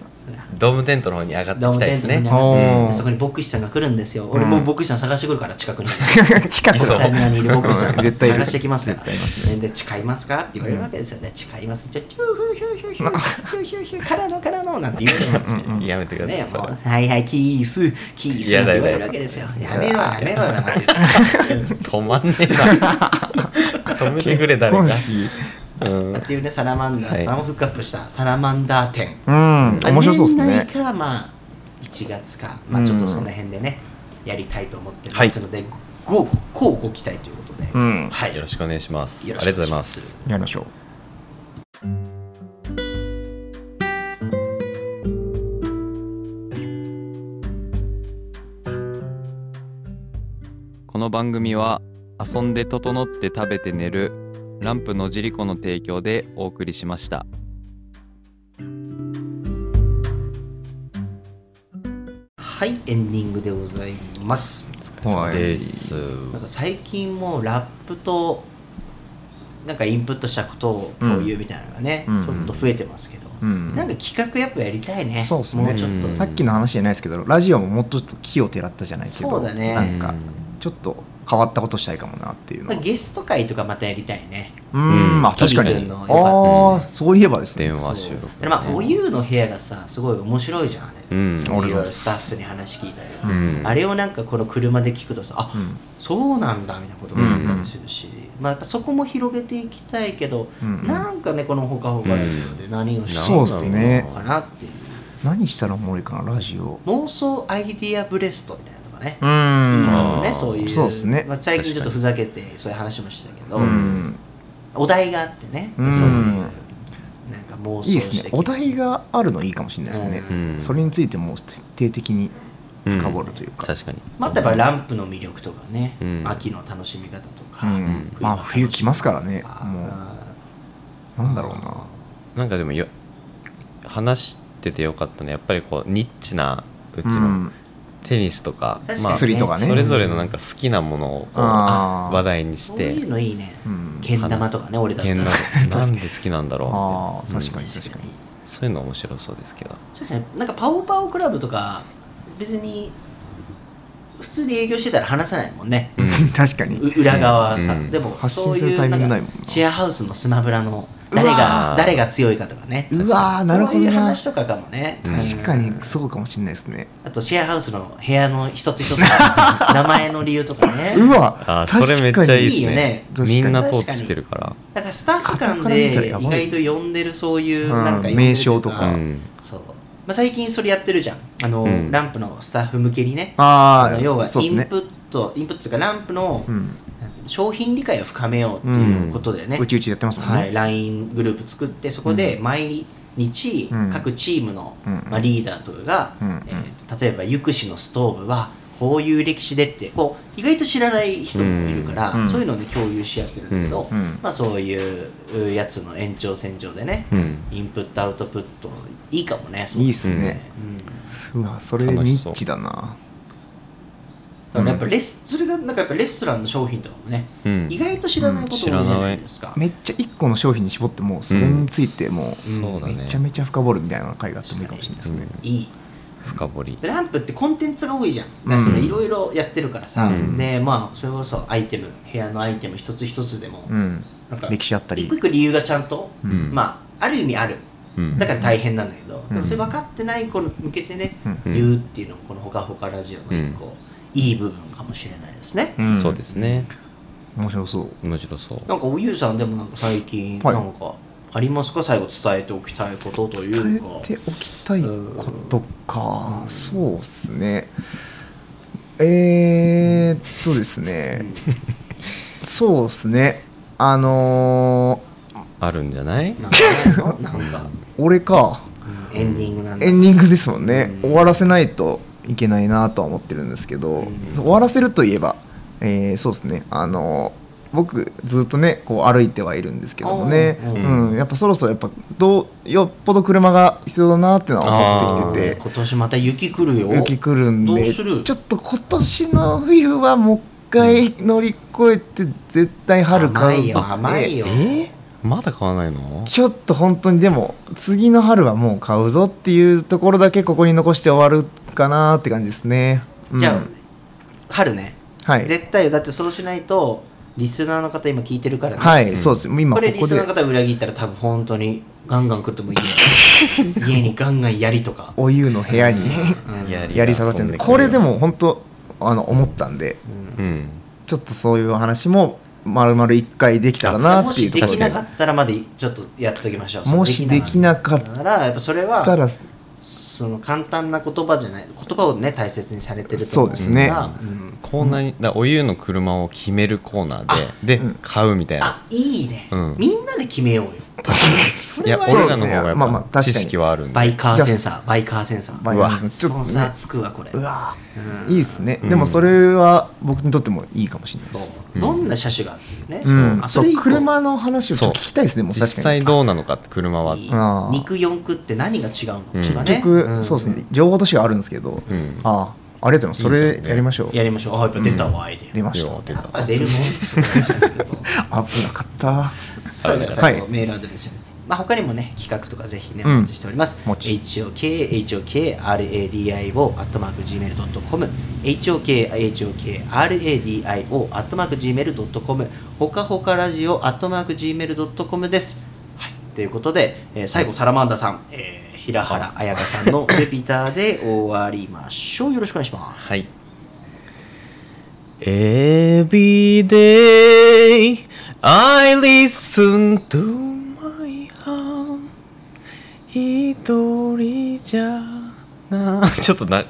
Speaker 4: ドームテントの方に上がってきたいですね
Speaker 2: ドームテントの方に上がって
Speaker 3: ーお
Speaker 2: そこ
Speaker 3: ー
Speaker 2: に牧師さんが来るんですよ俺も牧師さん探してくるから近くに
Speaker 3: 近く
Speaker 4: いそう
Speaker 2: サニアにいる牧師さん
Speaker 3: うん絶対いる
Speaker 2: 探してきますから
Speaker 3: 絶対いま
Speaker 2: で誓いますかって言われるわけですよね誓いますじゃあヒューヒューヒューヒューヒューヒューヒューからのからのなんて言うんですよ
Speaker 4: やめてください、
Speaker 2: ね
Speaker 4: そ
Speaker 2: も
Speaker 4: れは
Speaker 2: うはいはいキースキースって言われるわけですよやめろやめろよなんて言って
Speaker 4: 止まんね えな止めてくれ誰か
Speaker 3: 結婚式
Speaker 4: うん
Speaker 2: っていうねサラマンダーさんをフックアップしたサラマンダー展
Speaker 3: うん面白そうですね
Speaker 2: 年内かまあ1月かまあちょっとその辺でねやりたいと思ってますのでごこうご期待ということで
Speaker 3: うん
Speaker 2: はい
Speaker 4: よろしくお願いします
Speaker 2: よ
Speaker 4: あ
Speaker 2: ろ
Speaker 4: り
Speaker 2: し
Speaker 4: が
Speaker 2: くお願いし
Speaker 4: とうございま
Speaker 2: ますす
Speaker 3: やりましょう
Speaker 6: この番組は遊んで整って食べて寝るランプのじりこの提供でお送りしました。
Speaker 2: はいエンディングでございます
Speaker 3: はい
Speaker 4: です
Speaker 2: なんか最近もうラップとなんかインプットしたことを共有みたいなのがね、
Speaker 3: うん
Speaker 2: ちょっと増えてますけど、
Speaker 3: うん
Speaker 2: なんか企画やっぱやりたいね
Speaker 3: そうですね
Speaker 2: もうちょっと、
Speaker 4: うん
Speaker 3: さっきの話じゃないですけどラジオももっと木をてらったじゃないけど
Speaker 2: そうだね
Speaker 3: なんか
Speaker 4: うん
Speaker 3: ちょっと変わったことしたいかもなっていうの
Speaker 2: まあ、
Speaker 3: は
Speaker 2: ゲスト会とかまたやりたいね
Speaker 3: うんまあ確か
Speaker 2: キリ君
Speaker 3: に
Speaker 2: の良かったですね
Speaker 3: ああそういえばですね
Speaker 4: 電話収録ね
Speaker 2: でまあおゆうの部屋がさすごい面白いじゃんあれ、
Speaker 4: うん
Speaker 2: そのいろいろスタッフに話聞いたりとか、
Speaker 4: うん
Speaker 2: あれをなんかこの車で聞くとさあ、
Speaker 3: うん
Speaker 2: そうなんだみたいなこともあったりするし、まあ、やっぱそこも広げていきたいけど、
Speaker 3: うん
Speaker 2: なんかねこのほかほかラジオで何をして
Speaker 3: そうですね
Speaker 2: のかなっていう
Speaker 3: 何したらおもろいかなラジオ
Speaker 2: 妄想アイディアブレストみたいなのとかね、いいか
Speaker 3: ん
Speaker 2: もねそういう
Speaker 3: そうですね
Speaker 2: まあ、最近ちょっとふざけてそういう話もしたけど、
Speaker 3: うん
Speaker 2: お題があってね、
Speaker 3: うん
Speaker 2: そういうなんか妄想
Speaker 3: いいで
Speaker 2: し
Speaker 3: す
Speaker 2: て
Speaker 3: ねお題があるのいいかもしれないですね
Speaker 2: うん
Speaker 3: それについてもう徹底的に深掘るというか
Speaker 4: 確かに
Speaker 2: まあ、やっぱランプの魅力とかね、
Speaker 4: うん
Speaker 2: 秋の楽しみ方とか、
Speaker 3: うんまあ冬来ますからねもうなんだろうな
Speaker 4: なんかでもよ話しててよかったねやっぱりこうニッチなうち
Speaker 3: う
Speaker 4: の
Speaker 3: ん
Speaker 4: テニスとか、
Speaker 2: 確かに
Speaker 4: まあ、そ
Speaker 3: 釣りとかね
Speaker 4: れぞれのなんか好きなものをこう
Speaker 3: あー
Speaker 4: 話題にし
Speaker 2: そう
Speaker 4: て
Speaker 2: いうのいいね、
Speaker 3: うん
Speaker 2: けん玉とかね俺だった
Speaker 4: け
Speaker 2: ら
Speaker 4: ん ななんで好きなんだろ
Speaker 3: ああ確かに確かに
Speaker 4: うそういうの面白そうですけど
Speaker 2: 確かになんかパオパオクラブとか別に普通に営業してたら話さないもんね、
Speaker 3: 確かに
Speaker 2: う裏側はさ、
Speaker 4: うん
Speaker 2: でも
Speaker 3: 発
Speaker 2: そ
Speaker 3: 信
Speaker 2: う
Speaker 3: す
Speaker 2: い
Speaker 3: る
Speaker 2: う
Speaker 3: タイミング
Speaker 2: な
Speaker 3: なんい
Speaker 2: か
Speaker 3: もんな
Speaker 2: シェアハウスのスマブラの誰
Speaker 4: うわー
Speaker 2: が誰が強いかとかね
Speaker 3: うわーなるほ
Speaker 2: そう
Speaker 3: ど
Speaker 2: いう
Speaker 3: な
Speaker 2: 話とかかもね
Speaker 4: うん
Speaker 3: 確かに
Speaker 2: う
Speaker 3: そうかもしれないですね
Speaker 2: あとシェアハウスの部屋の一つ一つの名前の理由とかね
Speaker 3: うわ
Speaker 4: ああそ
Speaker 3: 確か
Speaker 4: れ
Speaker 3: に
Speaker 4: めっちゃいいです
Speaker 2: いいよ
Speaker 4: ね
Speaker 2: ね
Speaker 4: みんな通ってきてるから
Speaker 2: だからスタッフ間
Speaker 3: 片から見
Speaker 2: で
Speaker 3: たら
Speaker 2: 意外と呼んでるそういう
Speaker 3: う
Speaker 2: な
Speaker 3: ん
Speaker 2: んか呼んでるというか
Speaker 3: 名称とか
Speaker 4: うん
Speaker 2: そう、まあ、最近それやってるじゃんあの、
Speaker 4: うん
Speaker 2: ランプのスタッフ向けにね
Speaker 3: あ
Speaker 2: あの
Speaker 3: あ
Speaker 2: 要は
Speaker 3: そうで
Speaker 2: イ
Speaker 3: す
Speaker 2: ン
Speaker 3: ね
Speaker 2: プット、インプットというかランプの,、
Speaker 3: うん
Speaker 2: なんていうの商品理解を深めようっていうことだよね、
Speaker 3: うちうちでやってますもん
Speaker 2: はい、
Speaker 3: ね
Speaker 2: LINE グループ作ってそこで毎日
Speaker 3: うん
Speaker 2: 各チームの、
Speaker 3: うん
Speaker 2: まあ、リーダーとかが、
Speaker 3: うん
Speaker 2: えー例えば「ゆくしのストーブはこういう歴史で」ってこう意外と知らない人もいるから、
Speaker 3: うん
Speaker 2: そういうので共有し合ってるんだけど、
Speaker 3: うん
Speaker 2: まあ、そういうやつの延長線上でね、
Speaker 4: うん
Speaker 2: インプットアウトプットいいかもねそう
Speaker 3: いいっすね
Speaker 2: うん
Speaker 3: うわそれニッチだな
Speaker 2: だからやっぱレスそれがなんかやっぱレストランの商品とかもね、
Speaker 4: うん
Speaker 2: 意外と知らないこと多いじゃないですか、
Speaker 3: めっちゃ1個の商品に絞ってもうそれについても
Speaker 4: そうだ
Speaker 3: う
Speaker 4: ね
Speaker 3: めちゃめちゃ深掘るみたいな回があってもいいかもしれないですね
Speaker 2: いい
Speaker 4: 深掘り
Speaker 2: でランプってコンテンツが多いじゃんだからそれいろいろやってるからさ、
Speaker 4: うん
Speaker 2: でまあそれこそアイテム部屋のアイテム一つ一つでも、
Speaker 3: うん
Speaker 2: なんか
Speaker 3: 歴史あったり
Speaker 2: 一個一個理由がちゃんと、
Speaker 4: ん
Speaker 2: まあある意味ある
Speaker 4: うん
Speaker 2: だから大変なんだけど、
Speaker 3: ん
Speaker 2: でもそれ分かってない子に向けてね、
Speaker 4: うん
Speaker 2: 言うっていうのもこの「ほかほかラジオ」の一個、いい部分かもしれないですね、
Speaker 3: ん
Speaker 4: そうですね
Speaker 3: 面白そう
Speaker 4: 面白そう
Speaker 2: なんかおゆうさんでもなんか最近
Speaker 3: はい
Speaker 2: なんかありますか最後伝えておきたいことというか
Speaker 3: 伝えておきたいことか、そうっすねえー、っとですね、そうっすねあの
Speaker 4: あるんじゃない
Speaker 2: なんかないのなん か、
Speaker 3: ー、俺か
Speaker 2: うんエンディングなんだ
Speaker 3: エンディングですもんね、
Speaker 2: うん
Speaker 3: 終わらせないといけないなとは思ってるんですけど、
Speaker 2: ん
Speaker 3: 終わらせるといえば、えーそうですねあの僕ずっとねこう歩いてはいるんですけどもね、
Speaker 2: おー
Speaker 3: うんやっぱそろそろやっぱどうよっぽど車が必要だなっていうのは思ってきてて
Speaker 2: 今年また雪来るよ
Speaker 3: 雪来るん
Speaker 2: どう
Speaker 3: です
Speaker 2: る
Speaker 3: ちょっと今年の冬はもう一回乗り越えて絶対春買うぞ
Speaker 2: 甘いよ甘いよ
Speaker 4: えまだ買わないの
Speaker 3: ちょっと本当にでも次の春はもう買うぞっていうところだけここに残して終わるかなって感じですね、うん
Speaker 2: じゃあ、春ね、
Speaker 3: はい
Speaker 2: 絶対よだってそうしないとリスナーの方今聞いてるからね、
Speaker 3: はい、そうです今
Speaker 2: こ
Speaker 3: こ
Speaker 2: れリ
Speaker 3: こ
Speaker 2: スナ
Speaker 3: で
Speaker 2: ーの方裏切ったら多分本当にガンガン来ると もいいよ家にガンガンやりとか、
Speaker 3: お湯の部 屋に
Speaker 2: うん
Speaker 4: やり
Speaker 3: やりさがちゃうんでこれでも本当あの思ったんで
Speaker 4: うん
Speaker 3: ちょっとそういう話も丸々1回できたらな
Speaker 2: も
Speaker 3: ってい
Speaker 2: し
Speaker 3: うと
Speaker 2: で
Speaker 3: ころ
Speaker 2: き
Speaker 3: で
Speaker 2: なかったらまでちょっとやっときましょう
Speaker 3: もしできなかっ
Speaker 2: ならやっぱそれは
Speaker 3: たら
Speaker 2: その簡単な言葉じゃない言葉をね大切にされてると
Speaker 3: そ
Speaker 2: 思
Speaker 3: う
Speaker 2: う
Speaker 3: ですね
Speaker 2: からうん
Speaker 4: コーナーにだお湯の車を決めるコーナーでで
Speaker 3: うん
Speaker 4: 買うみたいな
Speaker 2: あいいね、
Speaker 4: うん
Speaker 2: みんなで決めようよそ
Speaker 4: い
Speaker 2: れ
Speaker 4: や
Speaker 2: は
Speaker 4: 俺らの方が
Speaker 3: そうですねまあまあ
Speaker 4: や
Speaker 3: 確
Speaker 4: っ
Speaker 3: か
Speaker 4: ぱ
Speaker 3: に
Speaker 4: 知識はあるん
Speaker 2: バ
Speaker 4: で
Speaker 2: イカーセンサーバイカーセンサー
Speaker 3: うわち
Speaker 2: ス
Speaker 3: ょっ
Speaker 2: ポ
Speaker 3: と
Speaker 2: ンサーつくわこれ、
Speaker 3: うわ
Speaker 2: うん
Speaker 3: いいですね、
Speaker 4: うん
Speaker 3: でもそれは僕にとってもいいかもしれないで
Speaker 2: そう
Speaker 3: す、
Speaker 2: どんな車種がっていうね、
Speaker 3: うん、
Speaker 2: あ
Speaker 3: そ
Speaker 2: それ
Speaker 3: う
Speaker 2: 以降
Speaker 3: 車の話をちょっと聞きたいですねもう確かに
Speaker 4: 実際どうなのかって車は
Speaker 3: あー
Speaker 2: 肉四駆って何が違うの
Speaker 4: うん
Speaker 2: とかね
Speaker 3: 結局、
Speaker 2: ん
Speaker 3: そうですね情報都市があるんですけど、
Speaker 4: うん
Speaker 3: ああありがとうございますそ
Speaker 4: いいで
Speaker 3: れ
Speaker 4: すよね
Speaker 3: やりましょう
Speaker 2: やりましょうあやっぱ出たわ、アイデア
Speaker 3: 出まし
Speaker 4: よう出
Speaker 3: た
Speaker 4: た
Speaker 2: やっぱ出るもんですよね
Speaker 3: 危なかった
Speaker 2: さあじゃあ最後、
Speaker 3: はい
Speaker 2: メールアドレスをまあ他にもね企画とかぜひねお
Speaker 3: うん
Speaker 2: 待ちしております、
Speaker 3: もち
Speaker 2: HOKHOKRADIO アットマーク Gmail.com HOKHOKRADIO アットマーク Gmail.com ほかほかラジオアットマーク Gmail.com ですはいということで、えー最後サラマンダさん、えー平原綾香さんの レピーターで終わりましょうよろしくお願いします
Speaker 4: はい。Every day I listen to my heart 一人じゃな ちょっとな